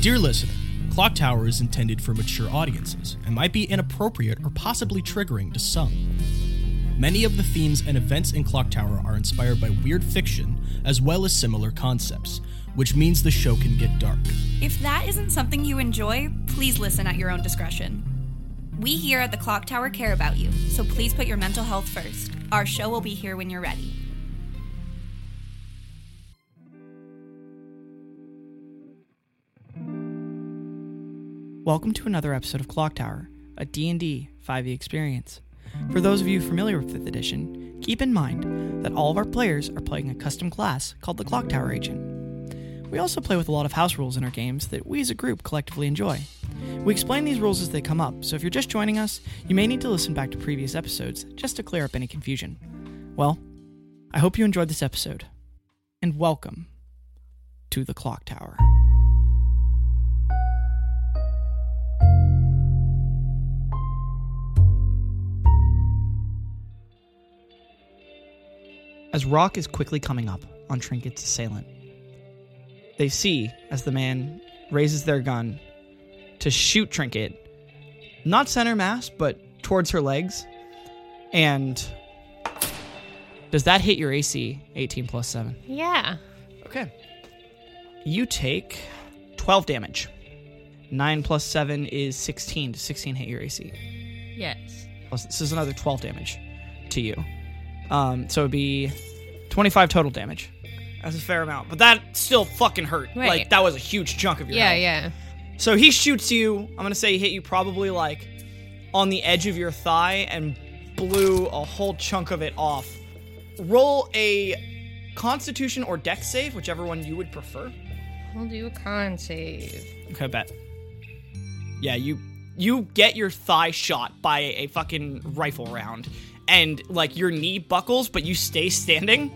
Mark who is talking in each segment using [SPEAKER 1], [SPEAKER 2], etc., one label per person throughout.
[SPEAKER 1] Dear listener, Clock Tower is intended for mature audiences and might be inappropriate or possibly triggering to some. Many of the themes and events in Clock Tower are inspired by weird fiction as well as similar concepts, which means the show can get dark.
[SPEAKER 2] If that isn't something you enjoy, please listen at your own discretion. We here at the Clock Tower care about you, so please put your mental health first. Our show will be here when you're ready.
[SPEAKER 3] Welcome to another episode of Clock Tower, a D&D 5e E experience. For those of you familiar with 5th edition, keep in mind that all of our players are playing a custom class called the Clock Tower Agent. We also play with a lot of house rules in our games that we as a group collectively enjoy. We explain these rules as they come up, so if you're just joining us, you may need to listen back to previous episodes just to clear up any confusion. Well, I hope you enjoyed this episode, and welcome to the Clock Tower. as Rock is quickly coming up on Trinket's assailant. They see as the man raises their gun to shoot Trinket, not center mass, but towards her legs. And does that hit your AC 18 plus 7?
[SPEAKER 4] Yeah.
[SPEAKER 3] Okay. You take 12 damage. 9 plus 7 is 16. Does 16 hit your AC?
[SPEAKER 4] Yes.
[SPEAKER 3] Plus, this is another 12 damage to you. Um, so it'd be 25 total damage. That's a fair amount, but that still fucking hurt.
[SPEAKER 4] Right.
[SPEAKER 3] Like that was a huge chunk of your
[SPEAKER 4] Yeah,
[SPEAKER 3] health.
[SPEAKER 4] yeah.
[SPEAKER 3] So he shoots you. I'm gonna say he hit you probably like on the edge of your thigh and blew a whole chunk of it off. Roll a Constitution or Dex save, whichever one you would prefer.
[SPEAKER 4] We'll do a con save.
[SPEAKER 3] Okay, bet. Yeah, you you get your thigh shot by a fucking rifle round, and like your knee buckles, but you stay standing,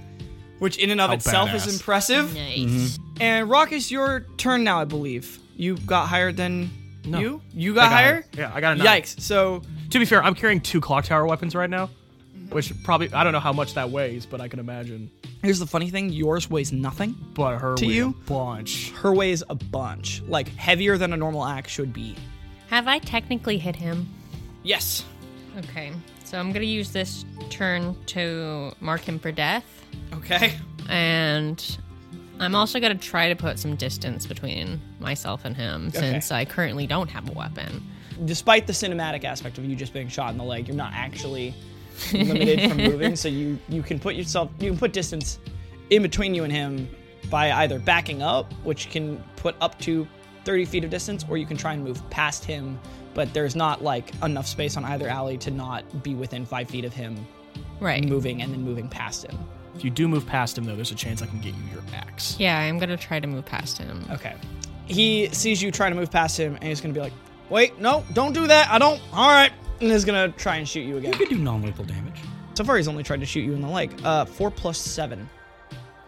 [SPEAKER 3] which in and of
[SPEAKER 5] How
[SPEAKER 3] itself
[SPEAKER 5] badass.
[SPEAKER 3] is impressive.
[SPEAKER 4] Nice.
[SPEAKER 3] And Rock, it's your turn now, I believe. You got higher than you. You got,
[SPEAKER 5] I got
[SPEAKER 3] higher.
[SPEAKER 5] higher. Yeah, I got a nine.
[SPEAKER 3] Yikes! So
[SPEAKER 5] To be fair, I'm carrying two clock tower weapons right now, which probably I don't know how much that weighs, but I can imagine.
[SPEAKER 3] here's the funny thing: yours weighs nothing.
[SPEAKER 5] But her
[SPEAKER 3] To
[SPEAKER 5] weighed
[SPEAKER 3] you?
[SPEAKER 5] a bunch.
[SPEAKER 3] Her weighs a bunch, like heavier than a normal axe should be.
[SPEAKER 4] Have I technically hit him?
[SPEAKER 3] Yes.
[SPEAKER 4] Okay. So I'm going to use this turn to mark him for death.
[SPEAKER 3] Okay.
[SPEAKER 4] And I'm also going to try to put some distance between myself and him since I currently don't have a weapon.
[SPEAKER 3] despite the cinematic aspect of you just being shot in the leg, you're not actually limited from moving. So you you can put yourself you can put distance in between you and him by either backing up, which can put up to 30 feet of distance, or you can try and move past him. But there's not like enough space on either alley to not be within five feet of him
[SPEAKER 4] Right.
[SPEAKER 3] moving and then moving past him.
[SPEAKER 5] If you do move past him though, there's a chance I can get you your axe.
[SPEAKER 4] Yeah, I'm going to try to move past him.
[SPEAKER 3] Okay. He sees you trying to move past him and he's gonna be like, wait, no, don't do that. I don't. All right. And is gonna try and shoot you again.
[SPEAKER 6] You could do non-lethal damage.
[SPEAKER 3] So far, he's only tried to shoot you in the leg. Uh, four plus seven.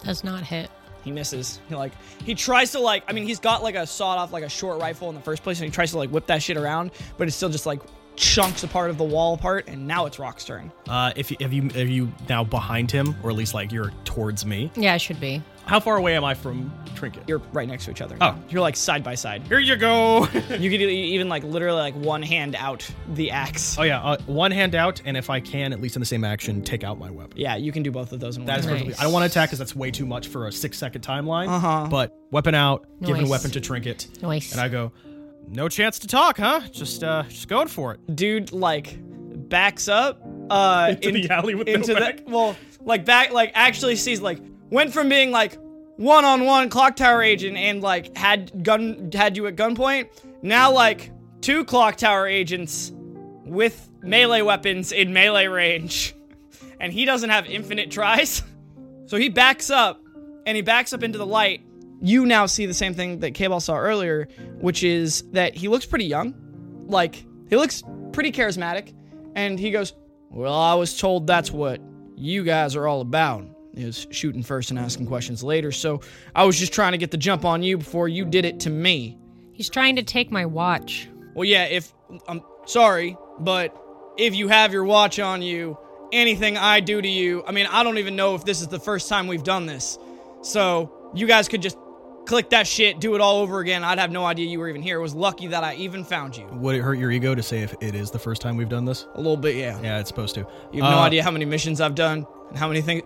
[SPEAKER 4] Does not hit.
[SPEAKER 3] He misses. He like he tries to like. I mean, he's got like a sawed off like a short rifle in the first place, and he tries to like whip that shit around, but it's still just like chunks a part of the wall apart. And now it's Rock's turn.
[SPEAKER 5] Uh, if if you are you now behind him, or at least like you're towards me.
[SPEAKER 4] Yeah, I should be.
[SPEAKER 5] How far away am I from Trinket?
[SPEAKER 3] You're right next to each other.
[SPEAKER 5] Oh.
[SPEAKER 3] you're like side by side.
[SPEAKER 5] Here you go.
[SPEAKER 3] You could e- even like literally like one hand out the axe.
[SPEAKER 5] oh yeah, uh, one hand out, and if I can, at least in the same action, take out my weapon.
[SPEAKER 3] Yeah, you can do both of those. In one
[SPEAKER 5] That is
[SPEAKER 3] turn.
[SPEAKER 5] perfectly.
[SPEAKER 4] Nice.
[SPEAKER 5] I don't want to attack because that's way too much for a six second timeline. Uh-huh. But weapon out, giving
[SPEAKER 4] Nice.
[SPEAKER 5] weapon to Trinket.
[SPEAKER 4] Nice.
[SPEAKER 5] And I go, no chance to talk, huh? Just uh, just going for it.
[SPEAKER 3] dude like backs up uh into
[SPEAKER 5] the alley with no
[SPEAKER 3] into
[SPEAKER 5] back?
[SPEAKER 3] the well like back like actually sees like went from being like one-on-one clock tower agent and like had gun had you at gunpoint now like two clock tower agents with melee weapons in melee range and he doesn't have infinite tries so he backs up and he backs up into the light you now see the same thing that K-Ball saw earlier which is that he looks pretty young like he looks pretty charismatic and he goes well i was told that's what you guys are all about is shooting first and asking questions later so i was just trying to get the jump on you before you did it to me
[SPEAKER 4] He's trying to take my watch.
[SPEAKER 3] well yeah if i'm sorry but if you have your watch on you anything i do to you i mean i don't even know if this is the first time we've done this so you guys could just click that shit, do it all over again, I'd have no idea you were even here. It was lucky that I even found you.
[SPEAKER 1] Would it hurt your ego to say if it is the first time we've done this?
[SPEAKER 3] A little bit, yeah.
[SPEAKER 1] Yeah, it's supposed to.
[SPEAKER 3] You have no
[SPEAKER 1] Uh,
[SPEAKER 3] idea how many missions I've done and how many things.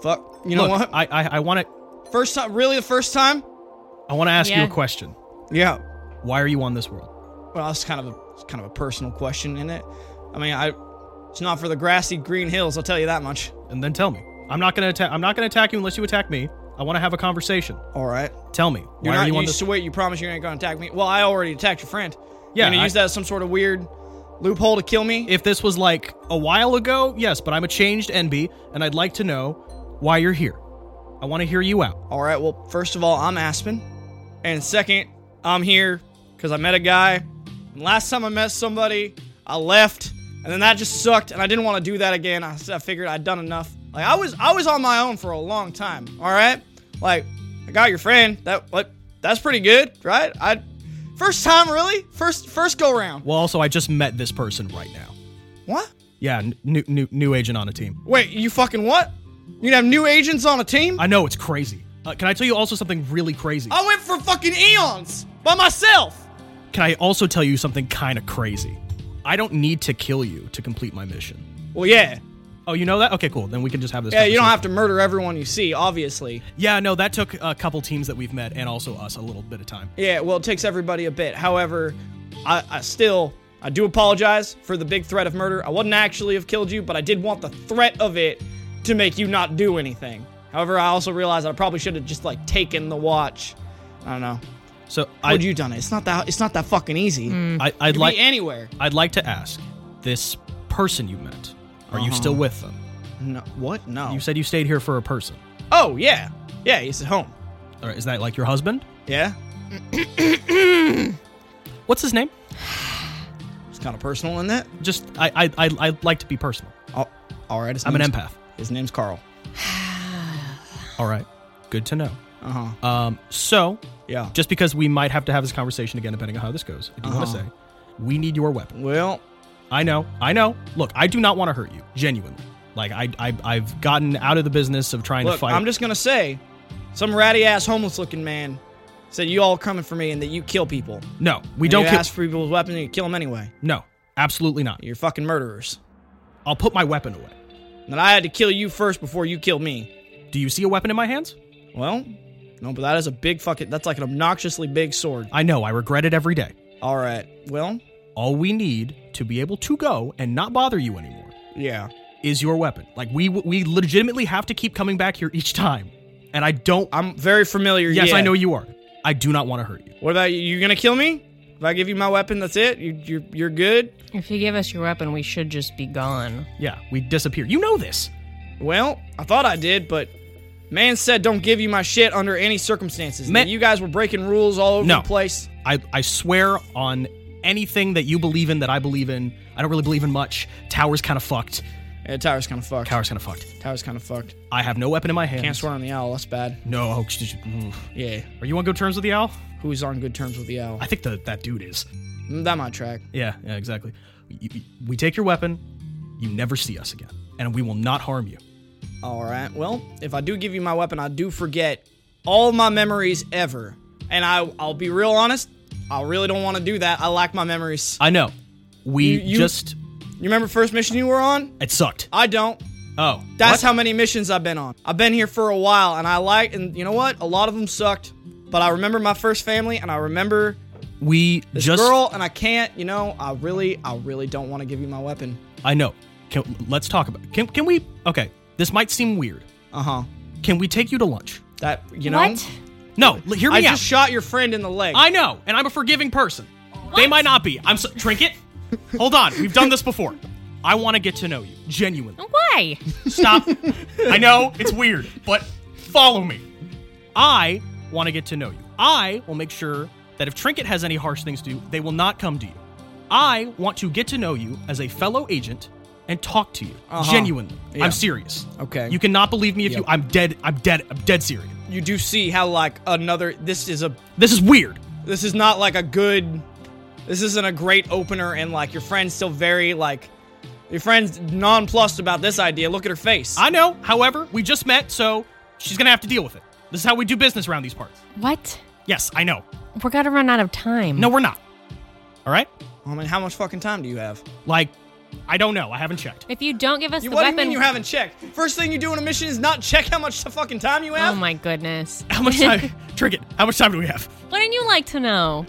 [SPEAKER 3] Fuck. You know
[SPEAKER 1] look,
[SPEAKER 3] what?
[SPEAKER 1] I I, I want to
[SPEAKER 3] First time, really the first time?
[SPEAKER 1] I want to ask you
[SPEAKER 4] Yeah.
[SPEAKER 1] a question.
[SPEAKER 3] Yeah.
[SPEAKER 1] Why are you on this world?
[SPEAKER 3] Well, it's kind of a it's kind of a personal question, isn't it? I mean, I it's not for the grassy green hills. I'll tell you that much.
[SPEAKER 1] And then tell me. I'm not gonna attack. I'm not gonna attack you unless you attack me. I want to have a conversation.
[SPEAKER 3] All right.
[SPEAKER 1] Tell me.
[SPEAKER 3] You're
[SPEAKER 1] why
[SPEAKER 3] not,
[SPEAKER 1] are you
[SPEAKER 3] you
[SPEAKER 1] on this?
[SPEAKER 3] swear you promise you're not gonna attack me. Well, I already attacked your friend.
[SPEAKER 1] Yeah,
[SPEAKER 3] You're gonna
[SPEAKER 1] I-
[SPEAKER 3] use that as some sort of weird loophole to kill me.
[SPEAKER 1] if this was like a while ago, yes, but I'm a changed NB, and I'd like to know why you're here. I want to hear you out.
[SPEAKER 3] All right. Well, first of all, I'm Aspen, and second, I'm here because I met a guy. And last time I met somebody, I left, and then that just sucked, and I didn't want to do that again. I, s- I figured I'd done enough. Like I was, I was on my own for a long time. All right. Like I got your friend. That what? That's pretty good, right? I first time really, first first go round.
[SPEAKER 1] Well, also, I just met this person right now.
[SPEAKER 3] What?
[SPEAKER 1] Yeah, n- new new new agent on a team.
[SPEAKER 3] Wait, you fucking what? You have new agents on a team?
[SPEAKER 1] I know it's crazy. Uh, can I tell you also something really crazy?
[SPEAKER 3] I went for fucking eons by myself.
[SPEAKER 1] Can I also tell you something kind of crazy? I don't need to kill you to complete my mission.
[SPEAKER 3] Well, yeah.
[SPEAKER 1] Oh, you know that? Okay, cool. Then we can just have this.
[SPEAKER 3] Yeah, you don't have
[SPEAKER 1] conversation.
[SPEAKER 3] to murder everyone you see, obviously.
[SPEAKER 1] Yeah, no, that took a couple teams that we've met and also us a little bit of time.
[SPEAKER 3] Yeah, well, it takes everybody a bit. However, I, I still, I do apologize for the big threat of murder. I wouldn't actually have killed you, but I did want the threat of it to make you not do anything. However, I also realized I probably should have just like taken the watch. I don't know.
[SPEAKER 1] So I,
[SPEAKER 3] Would you done it? It's not that. It's not that fucking easy.
[SPEAKER 1] I, I'd
[SPEAKER 3] Be
[SPEAKER 1] like
[SPEAKER 3] anywhere.
[SPEAKER 1] I'd like to ask this person you met. Are you
[SPEAKER 3] Uh-huh.
[SPEAKER 1] still with them?
[SPEAKER 3] No, what? No.
[SPEAKER 1] You said you stayed here for a person.
[SPEAKER 3] oh yeah, yeah. He's at home.
[SPEAKER 1] All right, is that like your husband?
[SPEAKER 3] Yeah.
[SPEAKER 1] What's his name?
[SPEAKER 3] It's kind of personal, isn't it?
[SPEAKER 1] Just I I I, I like to be personal.
[SPEAKER 3] Oh, all right. His
[SPEAKER 1] I'm an
[SPEAKER 3] name's-
[SPEAKER 1] empath.
[SPEAKER 3] His name's Carl.
[SPEAKER 1] All right, good to know.
[SPEAKER 3] Uh huh.
[SPEAKER 1] Um, so
[SPEAKER 3] Yeah.
[SPEAKER 1] just because we might have to have this conversation again, depending on how this goes, I do
[SPEAKER 3] Uh-huh.
[SPEAKER 1] want to say we need your weapon.
[SPEAKER 3] Well,
[SPEAKER 1] I know, I know. Look, I do not want to hurt you, genuinely. Like I, I I've gotten out of the business of trying to
[SPEAKER 3] look,
[SPEAKER 1] fight.
[SPEAKER 3] I'm just gonna say, some ratty ass homeless looking man said you all coming for me and that you kill people.
[SPEAKER 1] no, we don't
[SPEAKER 3] you
[SPEAKER 1] kill.
[SPEAKER 3] ask for people's weapons and you kill them anyway.
[SPEAKER 1] No, absolutely not.
[SPEAKER 3] You're fucking murderers.
[SPEAKER 1] I'll put my weapon away.
[SPEAKER 3] And that I had to kill you first before you kill me.
[SPEAKER 1] Do you see a weapon in my hands?
[SPEAKER 3] Well, no, but that is a big fucking. That's like an obnoxiously big sword.
[SPEAKER 1] I know, I regret it every day.
[SPEAKER 3] All right. Well,
[SPEAKER 1] All we need to be able to go and not bother you anymore
[SPEAKER 3] yeah.
[SPEAKER 1] is your weapon. Like we we legitimately have to keep coming back here each time, and I don't.
[SPEAKER 3] I'm very familiar.
[SPEAKER 1] yes, I
[SPEAKER 3] yeah.
[SPEAKER 1] know you are. I do not want to hurt you.
[SPEAKER 3] What about you? You gonna kill me? If I give you my weapon, that's it. You, you're you're good.
[SPEAKER 4] If you give us your weapon, we should just be gone.
[SPEAKER 1] Yeah, we disappear. You know this.
[SPEAKER 3] Well, I thought I did, but man said don't give you my shit under any circumstances.
[SPEAKER 1] Man-
[SPEAKER 3] Man, you guys were breaking rules all over
[SPEAKER 1] No.
[SPEAKER 3] the place.
[SPEAKER 1] I I swear on anything that you believe in that I believe in. I don't really believe in much. Tower's kind of fucked.
[SPEAKER 3] Yeah, tower's kind of fucked.
[SPEAKER 1] Tower's kind of fucked.
[SPEAKER 3] Tower's kind of fucked.
[SPEAKER 1] I have no weapon in my hand.
[SPEAKER 3] Can't swear on the owl. That's bad.
[SPEAKER 1] No. oh, sh- sh- mm.
[SPEAKER 3] Yeah.
[SPEAKER 1] Are you on good terms with the owl?
[SPEAKER 3] Who's on good terms with the owl?
[SPEAKER 1] I think that that dude is.
[SPEAKER 3] Mm, That might track.
[SPEAKER 1] Yeah, yeah, exactly. You- you- we take your weapon, you never see us again, and we will not harm you.
[SPEAKER 3] All right. Well, if I do give you my weapon, I do forget all my memories ever, and I I'll be real honest. I really don't want to do that. I lack my memories.
[SPEAKER 1] I know. We
[SPEAKER 3] You- you-
[SPEAKER 1] just
[SPEAKER 3] You remember first mission you were on?
[SPEAKER 1] it sucked.
[SPEAKER 3] I don't.
[SPEAKER 1] Oh,
[SPEAKER 3] That's
[SPEAKER 1] what?
[SPEAKER 3] how many missions I've been on. I've been here for a while, and I like, and you know what? A lot of them sucked, but I remember my first family, and I remember
[SPEAKER 1] we
[SPEAKER 3] this
[SPEAKER 1] just.
[SPEAKER 3] girl, and I can't. You know, I really, I really don't want to give you my weapon.
[SPEAKER 1] I know. Can, let's talk about. Can can we? Okay, this might seem weird.
[SPEAKER 3] Uh huh.
[SPEAKER 1] Can we take you to lunch?
[SPEAKER 3] That you know.
[SPEAKER 2] What?
[SPEAKER 1] No, l- hear me
[SPEAKER 3] I
[SPEAKER 1] out.
[SPEAKER 3] just shot your friend in the leg.
[SPEAKER 1] I know, and I'm a forgiving person. They might not be. I'm so, trinket. Hold on, we've done this before. I want to get to know you genuinely.
[SPEAKER 4] Why?
[SPEAKER 1] Stop. I know it's weird, but follow me. I want to get to know you. I will make sure that if Trinket has any harsh things to do, they will not come to you. I want to get to know you as a fellow agent and talk to you genuinely.
[SPEAKER 3] Uh-huh. Yeah.
[SPEAKER 1] I'm serious.
[SPEAKER 3] Okay.
[SPEAKER 1] You cannot believe me if
[SPEAKER 3] Yep.
[SPEAKER 1] you. I'm dead. I'm dead. I'm dead serious.
[SPEAKER 3] you do see how like another. This is a.
[SPEAKER 1] This is weird.
[SPEAKER 3] This is not like a good. This isn't a great opener, and like your friend's still very like. Your friend's nonplussed about this idea. Look at her face.
[SPEAKER 1] I know. However, we just met, so she's gonna have to deal with it. This is how we do business around these parts.
[SPEAKER 4] What?
[SPEAKER 1] Yes, I know.
[SPEAKER 4] We're gonna run out of time.
[SPEAKER 1] No, we're not. All right?
[SPEAKER 3] I mean, Oh, how much fucking time do you have?
[SPEAKER 1] Like, I don't know. I haven't checked.
[SPEAKER 4] If you don't give us
[SPEAKER 3] You,
[SPEAKER 4] the
[SPEAKER 3] what
[SPEAKER 4] weapon,
[SPEAKER 3] do you mean you haven't checked? First thing you do in a mission is not check how much the fucking time you
[SPEAKER 4] oh
[SPEAKER 3] have.
[SPEAKER 4] my goodness.
[SPEAKER 1] How much time? Trinket, how much time do we have?
[SPEAKER 4] Wouldn't you like to know?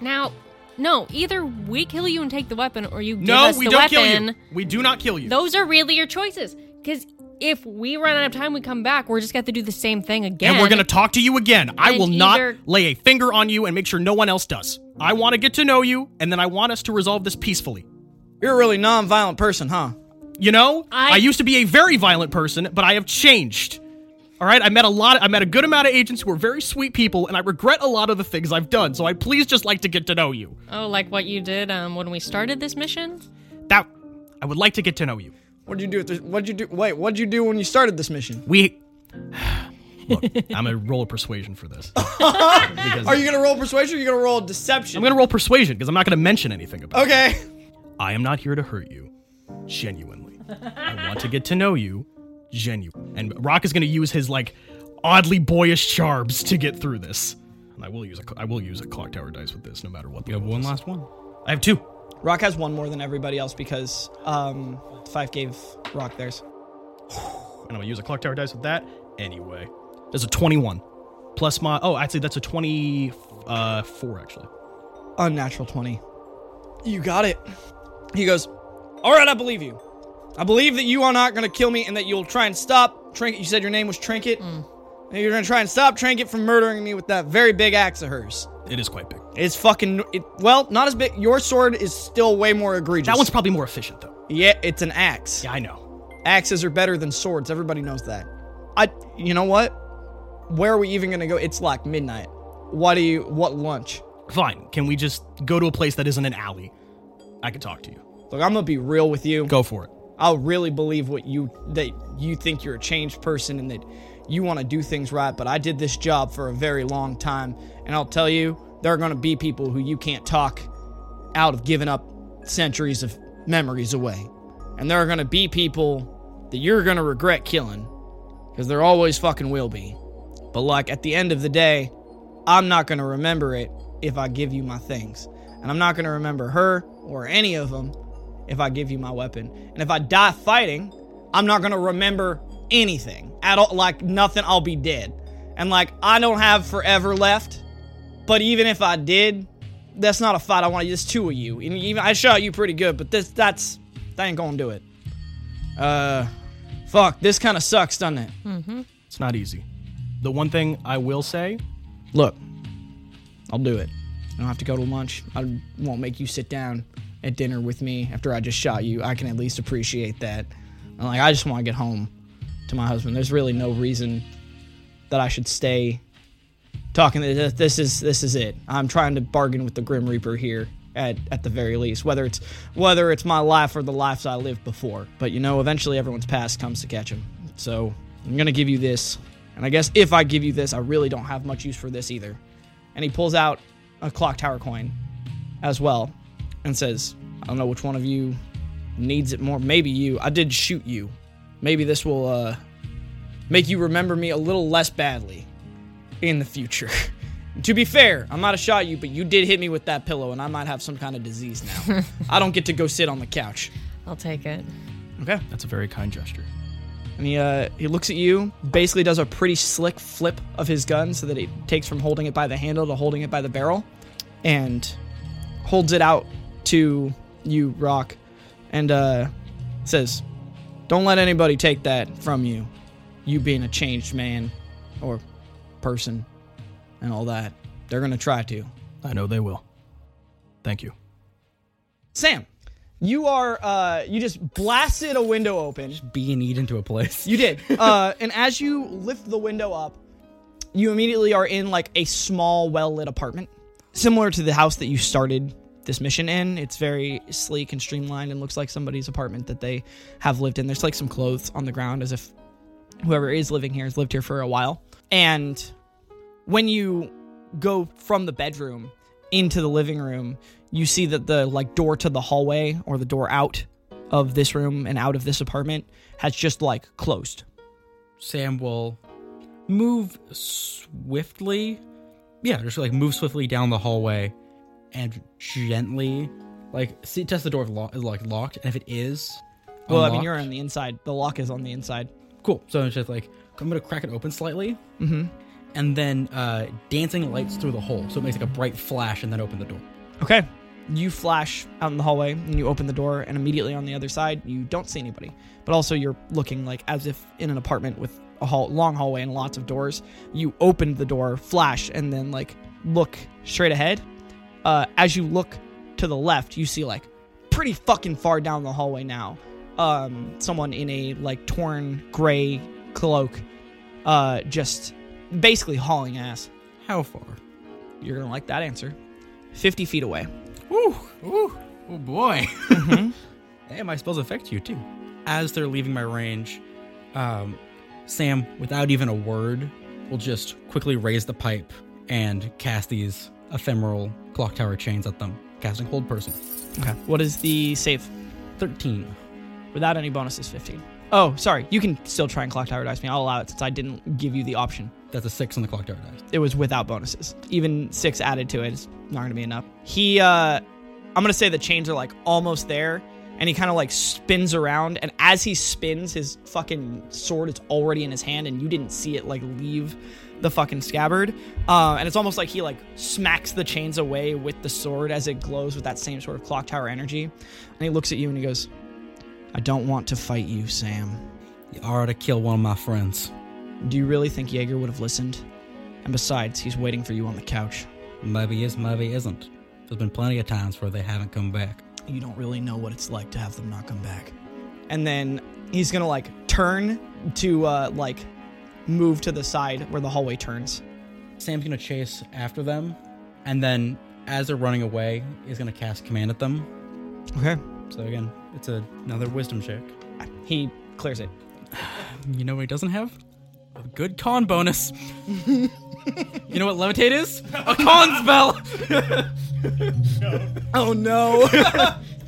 [SPEAKER 4] now, no. Either we kill you and take the weapon, or you give
[SPEAKER 1] No,
[SPEAKER 4] us
[SPEAKER 1] we
[SPEAKER 4] the
[SPEAKER 1] don't kill
[SPEAKER 4] weapon.
[SPEAKER 1] you. We do not kill you.
[SPEAKER 4] Those are really your choices. Because if we run out of time, we come back. We're just gonna have to do the same thing again.
[SPEAKER 1] and we're going to talk to you again. I
[SPEAKER 4] And
[SPEAKER 1] will
[SPEAKER 4] either-
[SPEAKER 1] not lay a finger on you and make sure no one else does. I want to get to know you, and then I want us to resolve this peacefully.
[SPEAKER 3] You're a really non-violent person, huh?
[SPEAKER 1] You know,
[SPEAKER 4] I-
[SPEAKER 1] used to be a very violent person, but I have changed. All right, I met a lot. I met a good amount of agents who were very sweet people, and I regret a lot of the things I've done. So I please just like to get to know you.
[SPEAKER 4] Oh, like what you did um, when we started this mission?
[SPEAKER 1] That I would like to get to know you.
[SPEAKER 3] What'd you do? At this, what'd you do? Wait, what'd you do when you started this mission?
[SPEAKER 1] We look. I'm gonna roll a persuasion for this. Because
[SPEAKER 3] Are you gonna roll persuasion? or You gonna roll deception?
[SPEAKER 1] I'm gonna roll persuasion because I'm not gonna mention anything about. it.
[SPEAKER 3] Okay.
[SPEAKER 1] I am not here to hurt you, genuinely. I want to get to know you, genuine. And Rock is going to use his like oddly boyish charms to get through this. And I will use a cl- I will use a clock tower dice with this, no matter what. The
[SPEAKER 6] You have
[SPEAKER 1] roll
[SPEAKER 6] one
[SPEAKER 1] is.
[SPEAKER 6] last one.
[SPEAKER 1] I have two.
[SPEAKER 3] Rock has one more than everybody else because um, Five gave Rock theirs.
[SPEAKER 1] And I'm gonna use a clock tower dice with that anyway. There's a 21 plus my oh actually that's a 24 uh, four, actually.
[SPEAKER 3] Unnatural 20. You got it. He goes, All right, I believe you. I believe that you are not going to kill me and that you'll try and stop Trinket. You said your name was Trinket.
[SPEAKER 1] Mm.
[SPEAKER 3] And you're going to try and stop Trinket from murdering me with that very big axe of hers.
[SPEAKER 1] It is quite big.
[SPEAKER 3] It's fucking. It, well, not as big. Your sword is still way more egregious.
[SPEAKER 1] That one's probably more efficient though.
[SPEAKER 3] Yeah, it's an axe.
[SPEAKER 1] Yeah, I know.
[SPEAKER 3] Axes are better than swords. Everybody knows that. I. You know what? Where are we even going to go? It's like midnight. What do you. What lunch?
[SPEAKER 1] Fine. Can we just go to a place that isn't an alley? I could talk to you.
[SPEAKER 3] Look, I'm going to be real with you.
[SPEAKER 1] Go for it.
[SPEAKER 3] I'll really believe what you that you think you're a changed person and that you want to do things right, but I did this job for a very long time and I'll tell you there are going to be people who you can't talk out of giving up centuries of memories away. And there are going to be people that you're going to regret killing because there always fucking will be. But like at the end of the day, I'm not going to remember it if I give you my things. And I'm not going to remember her or any of them if I give you my weapon. And if I die fighting, I'm not gonna remember anything at all. Like nothing, I'll be dead. And like I don't have forever left. But even if I did, that's not a fight I want. There's two of you, and even I shot you pretty good. But this, that's that ain't gonna do it. Uh, fuck. This kind of sucks, doesn't it?
[SPEAKER 1] It's not easy. The one thing I will say,
[SPEAKER 3] Look, I'll do it. I don't have to go to lunch. I won't make you sit down at dinner with me after I just shot you. I can at least appreciate that. And like, I just want to get home to my husband. There's really no reason that I should stay talking. to- This this is this is it. I'm trying to bargain with the Grim Reaper here at at the very least. Whether it's whether it's my life or the lives I lived before. But you know, eventually everyone's past comes to catch him. So I'm gonna give you this. And I guess if I give you this, I really don't have much use for this either. And he pulls out a clock tower coin as well and says, I don't know which one of you needs it more. Maybe you. I did shoot you. Maybe this will uh, make you remember me a little less badly in the future. to be fair, I might have shot you, but you did hit me with that pillow, and I might have some kind of disease now. I don't get to go sit on the couch.
[SPEAKER 4] I'll take it.
[SPEAKER 3] Okay.
[SPEAKER 1] that's a very kind gesture.
[SPEAKER 3] And he uh, he looks at you, basically does a pretty slick flip of his gun so that it takes from holding it by the handle to holding it by the barrel, and holds it out to you, Rock, and uh, says, "Don't let anybody take that from you. You being a changed man, or person, and all that. They're gonna try to."
[SPEAKER 1] I know they will. Thank you.
[SPEAKER 3] Sam, you are uh, you just blasted a window open.
[SPEAKER 6] Being eaten to a place.
[SPEAKER 3] You did. Uh, and as you lift the window up, you immediately are in like a small, well lit apartment, similar to the house that you started this mission in. It's very sleek and streamlined and looks like somebody's apartment that they have lived in. There's like some clothes on the ground as if whoever is living here has lived here for a while. And when you go from the bedroom into the living room, you see that the like door to the hallway or the door out of this room and out of this apartment has just like closed.
[SPEAKER 6] Sam will move swiftly. Yeah, just like move swiftly down the hallway and gently, like see, test the door if lo- is like locked, and if it is,
[SPEAKER 3] Well, I mean,
[SPEAKER 6] unlocked-
[SPEAKER 3] you're on the inside. The lock is on the inside.
[SPEAKER 6] cool. So it's just like I'm gonna crack it open slightly, mm-hmm. and then uh, dancing lights through the hole, so it makes like a bright flash, and then open the door.
[SPEAKER 3] Okay. You flash out in the hallway and you open the door, and immediately on the other side, you don't see anybody. But also, you're looking like as if in an apartment with a hall- long hallway and lots of doors. You open the door, flash, and then like look straight ahead. Uh, as you look to the left, you see like pretty fucking far down the hallway now. Um, someone in a like torn gray cloak, uh, just basically hauling ass.
[SPEAKER 6] How far?
[SPEAKER 3] You're gonna like that answer. 50 feet away.
[SPEAKER 6] Ooh, ooh, oh boy. hey, my spells affect you too. As they're leaving my range, um, Sam, without even a word, will just quickly raise the pipe and cast these ephemeral clock tower chains at them, casting hold person.
[SPEAKER 3] Okay. What is the save?
[SPEAKER 6] 13.
[SPEAKER 3] Without any bonuses, 15. Oh, sorry. You can still try and clock tower dice me. I'll allow it since I didn't give you the option.
[SPEAKER 6] That's a 6 on the clock tower dice.
[SPEAKER 3] It was without bonuses. Even six added to it is not going to be enough. He, uh, I'm going to say the chains are like almost there. And he kind of like spins around. And as he spins, his fucking sword is already in his hand. And you didn't see it like leave the fucking scabbard. Uh, and it's almost like he like smacks the chains away with the sword as it glows with that same sort of clock tower energy. And he looks at you and he goes, I don't want to fight you, Sam.
[SPEAKER 6] You are to kill one of my friends.
[SPEAKER 3] Do you really think Jaeger would have listened? And besides, he's waiting for you on the couch.
[SPEAKER 6] Maybe is, maybe isn't. There's been plenty of times where they haven't come back.
[SPEAKER 3] You don't really know what it's like to have them not come back. And then he's gonna like turn to uh like move to the side where the hallway turns.
[SPEAKER 6] Sam's gonna chase after them, and then as they're running away, he's gonna cast command at them.
[SPEAKER 3] Okay.
[SPEAKER 6] So again, it's a, another wisdom check.
[SPEAKER 3] He clears it.
[SPEAKER 6] You know what he doesn't have? A good con bonus. you know what levitate is? A con spell.
[SPEAKER 3] Oh no.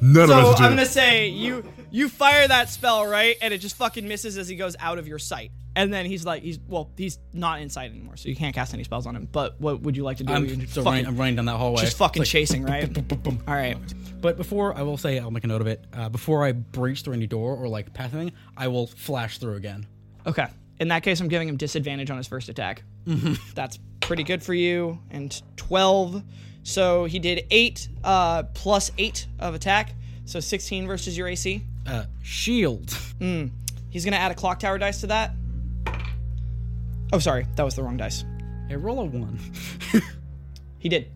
[SPEAKER 7] None of
[SPEAKER 3] so
[SPEAKER 7] us do.
[SPEAKER 3] I'm gonna say you you fire that spell, right? And it just fucking misses as he goes out of your sight. And then he's like he's well, he's not in sight anymore, so you can't cast any spells on him. But what would you like to do? You're
[SPEAKER 6] I'm, so running, I'm running down that hallway.
[SPEAKER 3] just fucking chasing, right? All right.
[SPEAKER 6] But before I will say, I'll make a note of it. Uh, before I breach through any door or like pass anything, I will flash through again.
[SPEAKER 3] Okay. In that case, I'm giving him disadvantage on his first attack.
[SPEAKER 6] Mm-hmm.
[SPEAKER 3] That's pretty good for you. And 12. So he did 8 uh, plus 8 of attack. So 16 versus your AC.
[SPEAKER 6] Uh, shield.
[SPEAKER 3] He's going to add a clock tower dice to that. Oh, sorry. That was the wrong dice.
[SPEAKER 6] Hey, roll a one.
[SPEAKER 3] He did.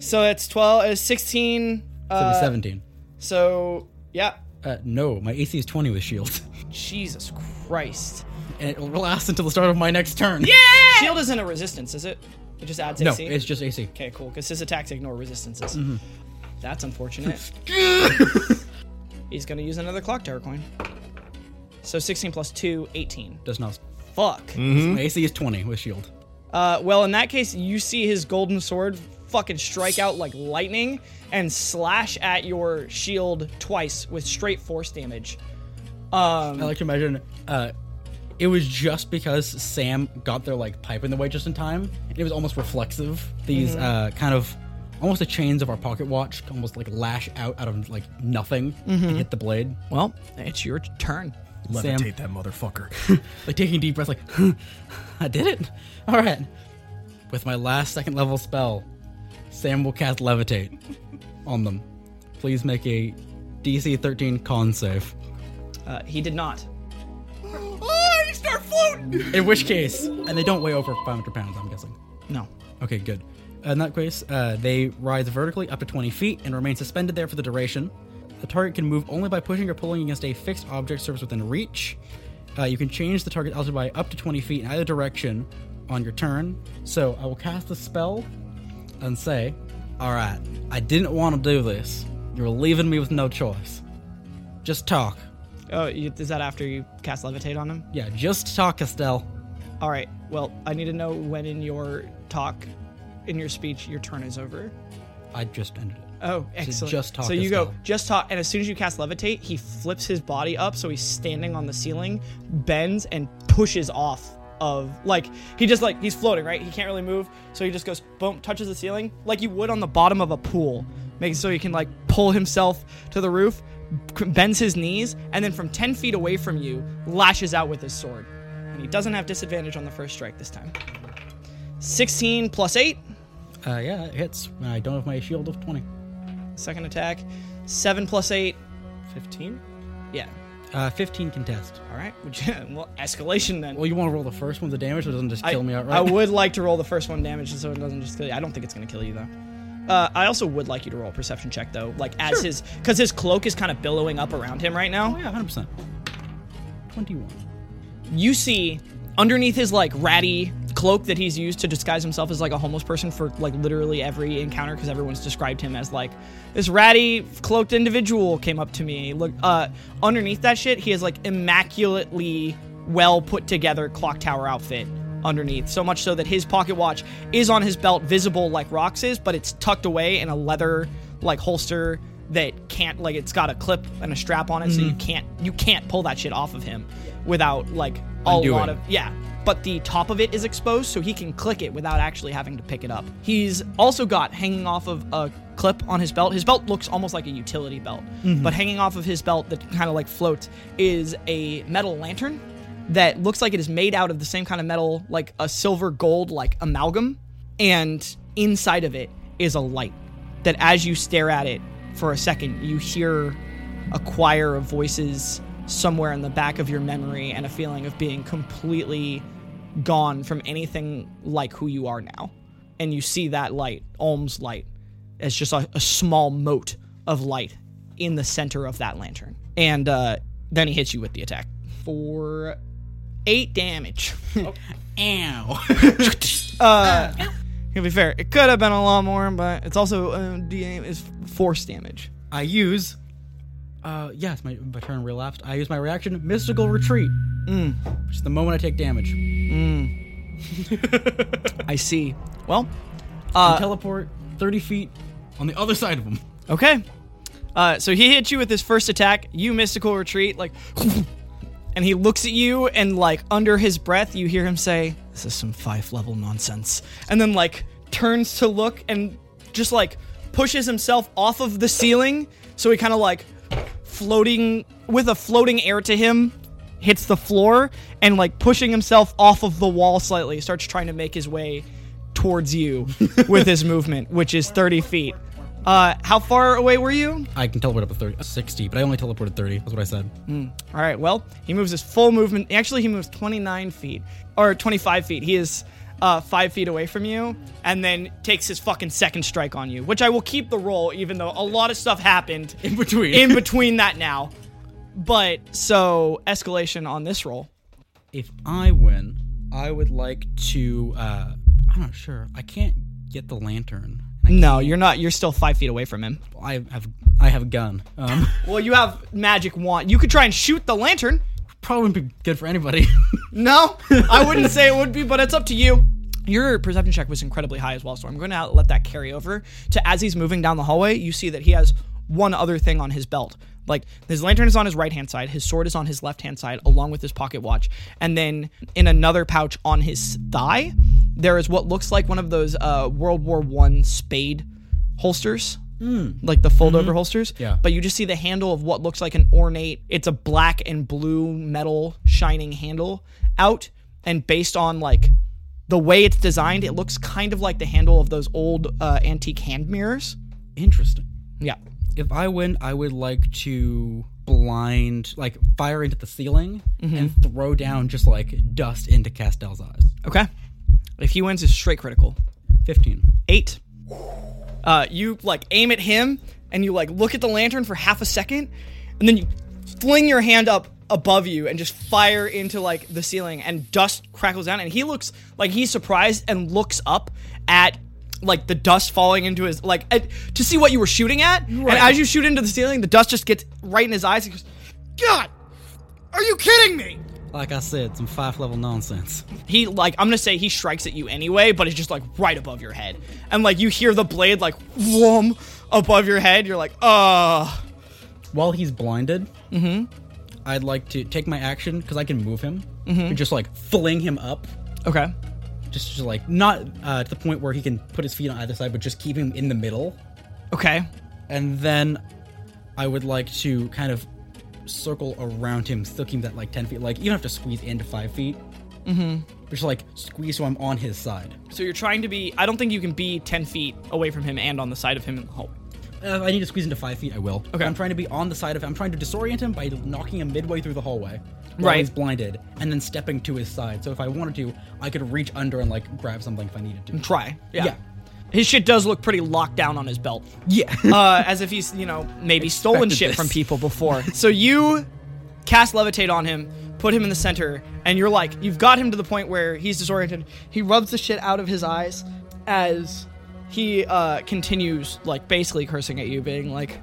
[SPEAKER 3] so it's 12, it's 16.
[SPEAKER 6] So it'll be
[SPEAKER 3] Uh,
[SPEAKER 6] Seventeen.
[SPEAKER 3] so, yeah.
[SPEAKER 6] Uh, no, my AC is twenty with shield,
[SPEAKER 3] Jesus Christ.
[SPEAKER 6] and it will last until the start of my next turn. Yeah.
[SPEAKER 3] Shield isn't a resistance, is it? It just adds
[SPEAKER 6] No,
[SPEAKER 3] AC?
[SPEAKER 6] it's just AC.
[SPEAKER 3] Okay, cool. Because his attacks ignore resistances. That's unfortunate. He's going to use another clock tower coin. So 16 plus 2, 18.
[SPEAKER 6] Does not.
[SPEAKER 3] Fuck.
[SPEAKER 6] My AC is twenty with shield.
[SPEAKER 3] Uh, well, in that case, you see his golden sword fucking strike out like lightning and slash at your shield twice with straight force damage.
[SPEAKER 6] I like to imagine uh, it was just because Sam got their like pipe in the way just in time. It was almost reflexive. These uh, kind of almost the chains of our pocket watch almost like lash out out of like nothing and hit the blade.
[SPEAKER 3] Well, it's your turn.
[SPEAKER 6] Sam-
[SPEAKER 1] Levitate that motherfucker.
[SPEAKER 6] Like taking a deep breath, like I did it. All right, with my last second level spell, Sam will cast levitate on them. Please make a DC 13 con save.
[SPEAKER 3] Uh, he did not.
[SPEAKER 6] In which case, and they don't weigh over 500 pounds. I'm guessing.
[SPEAKER 3] No.
[SPEAKER 6] Okay, good. In that case, uh, they rise vertically up to 20 feet and remain suspended there for the duration. The target can move only by pushing or pulling against a fixed object surface within reach. Uh, you can change the target's altitude by up to 20 feet in either direction on your turn. So I will cast the spell and say, All right, I didn't want to do this. You're leaving me with no choice. Just talk.
[SPEAKER 3] Oh, you, is that after you cast levitate on him?
[SPEAKER 6] Yeah, just talk, Estelle.
[SPEAKER 3] All right. Well, I need to know when in your talk, in your speech, your turn is over.
[SPEAKER 6] I just ended it.
[SPEAKER 3] Oh, excellent.
[SPEAKER 6] just talk
[SPEAKER 3] So
[SPEAKER 6] is
[SPEAKER 3] you go
[SPEAKER 6] now.
[SPEAKER 3] just talk, and as soon as you cast levitate, he flips his body up so he's standing on the ceiling, bends and pushes off of like he just like he's floating right. He can't really move, so he just goes boom, touches the ceiling like you would on the bottom of a pool, making so he can like pull himself to the roof, c- bends his knees, and then from ten feet away from you, lashes out with his sword, and he doesn't have disadvantage on the first strike this time. Sixteen plus eight.
[SPEAKER 6] Uh, yeah, it hits. I don't have my shield of 20.
[SPEAKER 3] Second attack, seven plus eight.
[SPEAKER 5] 15?
[SPEAKER 3] Yeah.
[SPEAKER 6] Uh, 15 contest.
[SPEAKER 3] All right. Would you, well, escalation then.
[SPEAKER 6] Well, you want to roll the first one, the damage, so it doesn't just
[SPEAKER 3] I,
[SPEAKER 6] kill me outright.
[SPEAKER 3] I would like to roll the first one damage so it doesn't just kill you. I don't think it's going to kill you though. Uh, I also would like you to roll a perception check though, like as his because his cloak is kind of billowing up around him right now.
[SPEAKER 6] Oh, yeah, 100%. 21.
[SPEAKER 3] You see underneath his like ratty cloak that he's used to disguise himself as like a homeless person for like literally every encounter because everyone's described him as like this ratty cloaked individual came up to me. Look, uh, underneath that shit, he has like immaculately well put together clock tower outfit underneath. So much so that his pocket watch is on his belt, visible like Rox is, but it's tucked away in a leather like holster that can't like it's got a clip and a strap on it, so you can't you can't pull that shit off of him without like a lot
[SPEAKER 6] Undoing.
[SPEAKER 3] of yeah. But the top of it is exposed, so he can click it without actually having to pick it up. He's also got hanging off of a clip on his belt. His belt looks almost like a utility belt, but hanging off of his belt that kind of like floats is a metal lantern that looks like it is made out of the same kind of metal, like a silver gold like amalgam, and inside of it is a light that as you stare at it for a second, you hear a choir of voices somewhere in the back of your memory and a feeling of being completely gone from anything like who you are now. And you see that light, Olm's light, as just a, a small mote of light in the center of that lantern. And uh, then he hits you with the attack for eight damage.
[SPEAKER 6] Ow.
[SPEAKER 3] Uh, to be fair, it could have been a lot more, but it's also uh, D8 is force damage.
[SPEAKER 6] I use. Uh, yes, my, my turn relapsed. I use my reaction, Mystical Retreat.
[SPEAKER 3] Mm.
[SPEAKER 6] Which is the moment I take damage.
[SPEAKER 3] I see. Well, Uh,
[SPEAKER 6] I teleport 30 feet on the other side of him.
[SPEAKER 3] Okay. Uh, so he hits you with his first attack. You mystical retreat, like, and he looks at you, and like under his breath, you hear him say, "This is some five level nonsense," and then like turns to look and just like pushes himself off of the ceiling, so he kind of like floating with a floating air to him hits the floor and like pushing himself off of the wall slightly starts trying to make his way towards you with his movement which is 30 feet uh how far away were you
[SPEAKER 6] I can teleport up to 30, 60, but I only teleported 30. That's what I said.
[SPEAKER 3] Mm. all right well he moves his full movement actually he moves 29 feet or 25 feet he is uh, five feet away from you, and then takes his fucking second strike on you, which I will keep the roll, even though a lot of stuff happened
[SPEAKER 6] In between.
[SPEAKER 3] in between that now. But so escalation on this roll.
[SPEAKER 6] if I win, I would like to. Uh, I'm not sure. I can't get the lantern. I,
[SPEAKER 3] No, you're not. You're still five feet away from him.
[SPEAKER 6] I have I have a gun. Um,
[SPEAKER 3] Well, you have magic wand. You could try and shoot the lantern.
[SPEAKER 6] probably wouldn't be good for anybody.
[SPEAKER 3] No, I wouldn't say it would be, but it's up to you. Your perception check was incredibly high as well, so I'm going to let that carry over to as he's moving down the hallway. You see that he has one other thing on his belt. Like his lantern is on his right hand side, his sword is on his left hand side, along with his pocket watch. And then in another pouch on his thigh, there is what looks like one of those uh, World War One spade holsters, like the fold over holsters.
[SPEAKER 6] Yeah.
[SPEAKER 3] But you just see the handle of what looks like an ornate. It's a black and blue metal shining handle out, and based on like the way it's designed, it looks kind of like the handle of those old uh, antique hand mirrors.
[SPEAKER 6] Interesting.
[SPEAKER 3] Yeah.
[SPEAKER 6] If I win, I would like to blind, like fire into the ceiling and throw down just like dust into Castell's eyes.
[SPEAKER 3] Okay. If he wins, it's straight critical.
[SPEAKER 6] Fifteen.
[SPEAKER 3] eight. Uh, you like aim at him and you like look at the lantern for half a second, and then you fling your hand up above you and just fire into like the ceiling, and dust crackles down, and he looks like he's surprised and looks up at like the dust falling into his like at, to see what you were shooting at, and as you shoot into the ceiling, the dust just gets right in his eyes. He goes, "God, are you kidding me?"
[SPEAKER 6] Like I said, some five level nonsense.
[SPEAKER 3] He like I'm gonna say he strikes at you anyway, but it's just like right above your head, and like you hear the blade like whoom above your head. You're like, uh
[SPEAKER 6] While he's blinded, mm-hmm. I'd like to take my action because I can move him, and just like fling him up,
[SPEAKER 3] Okay.
[SPEAKER 6] just, just like not uh, to the point where he can put his feet on either side, but just keep him in the middle.
[SPEAKER 3] Okay.
[SPEAKER 6] And then I would like to kind of circle around him, still keep that like ten feet. Like you don't have to squeeze into five feet. Mm-hmm. Just like squeeze so I'm on his side.
[SPEAKER 3] So you're trying to be. I don't think you can be 10 feet away from him and on the side of him Oh. in the hole.
[SPEAKER 6] Uh, if I need to squeeze into five feet. I will.
[SPEAKER 3] Okay.
[SPEAKER 6] I'm trying to be on the side of him. I'm trying to disorient him by knocking him midway through the hallway. While
[SPEAKER 3] Right.
[SPEAKER 6] He's blinded, and then stepping to his side. So if I wanted to, I could reach under and like grab something if I needed to.
[SPEAKER 3] Try. Yeah.
[SPEAKER 6] Yeah.
[SPEAKER 3] His shit does look pretty locked down on his belt.
[SPEAKER 6] Yeah.
[SPEAKER 3] uh, as if he's, you know, maybe stolen
[SPEAKER 6] Expected
[SPEAKER 3] shit
[SPEAKER 6] this.
[SPEAKER 3] from people before. so you cast levitate on him, put him in the center, and you're like, you've got him to the point where he's disoriented. He rubs the shit out of his eyes as he uh, continues, like, basically cursing at you, being like,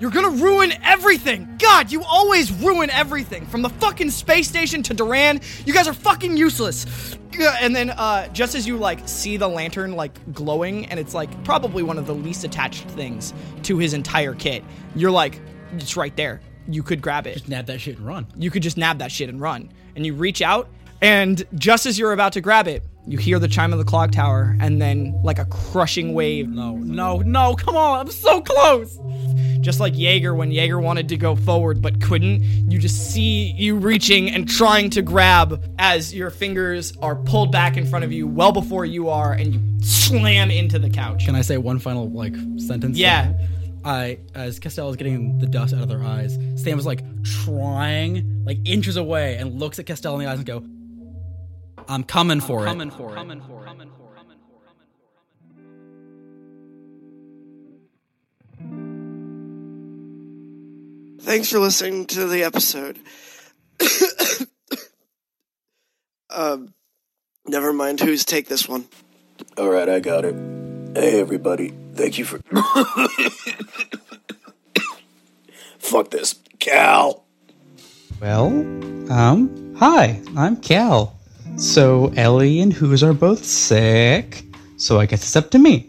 [SPEAKER 3] you're gonna ruin everything! God, you always ruin everything! From the fucking space station to Duran, you guys are fucking useless! Ugh, And then, uh, just as you, like, see the lantern, like, glowing, and it's, like, probably one of the least attached things to his entire kit, you're like, it's right there. You could grab it.
[SPEAKER 6] Nab that shit and run.
[SPEAKER 3] You could just nab that shit and run. And you reach out, and just as you're about to grab it, you hear the chime of the clock tower, and then, like, a crushing wave
[SPEAKER 6] No, no, no! Come on! I'm so close.
[SPEAKER 3] just like Jaeger when Jaeger wanted to go forward but couldn't, you just see you reaching and trying to grab as your fingers are pulled back in front of you well before you are and you slam into the couch.
[SPEAKER 6] Can I say one final like sentence?
[SPEAKER 3] Yeah.
[SPEAKER 6] I as Castella's getting the dust out of their eyes, Sam is like trying, like inches away, and looks at Castella in the eyes and go, "I'm coming for it." Coming for it.
[SPEAKER 7] Thanks for listening to the episode. um, never mind whose take this one.
[SPEAKER 8] All right, I got it. Hey, everybody. Thank you for. Fuck this. Cal!
[SPEAKER 9] Well, um, hi, I'm Cal. So Ellie and Who's are both sick, so I guess it's up to me.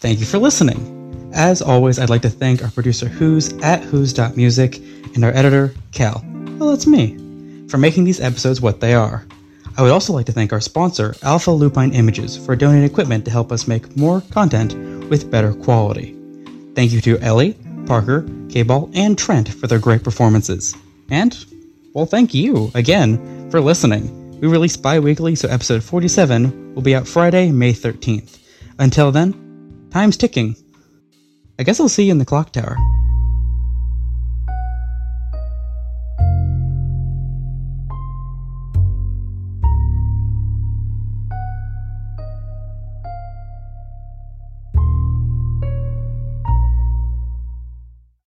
[SPEAKER 9] Thank you for listening. As always, I'd like to thank our producer Who's at Who's.music and our editor, Cal. Well, that's me, for making these episodes what they are. I would also like to thank our sponsor, Alpha Lupine Images, for donating equipment to help us make more content with better quality. Thank you to Ellie, Parker, K-Ball, and Trent for their great performances. And, well, thank you again for listening. We release bi weekly, so episode 47 will be out Friday, May 13th. Until then, time's ticking. I guess I'll see you in the clock tower.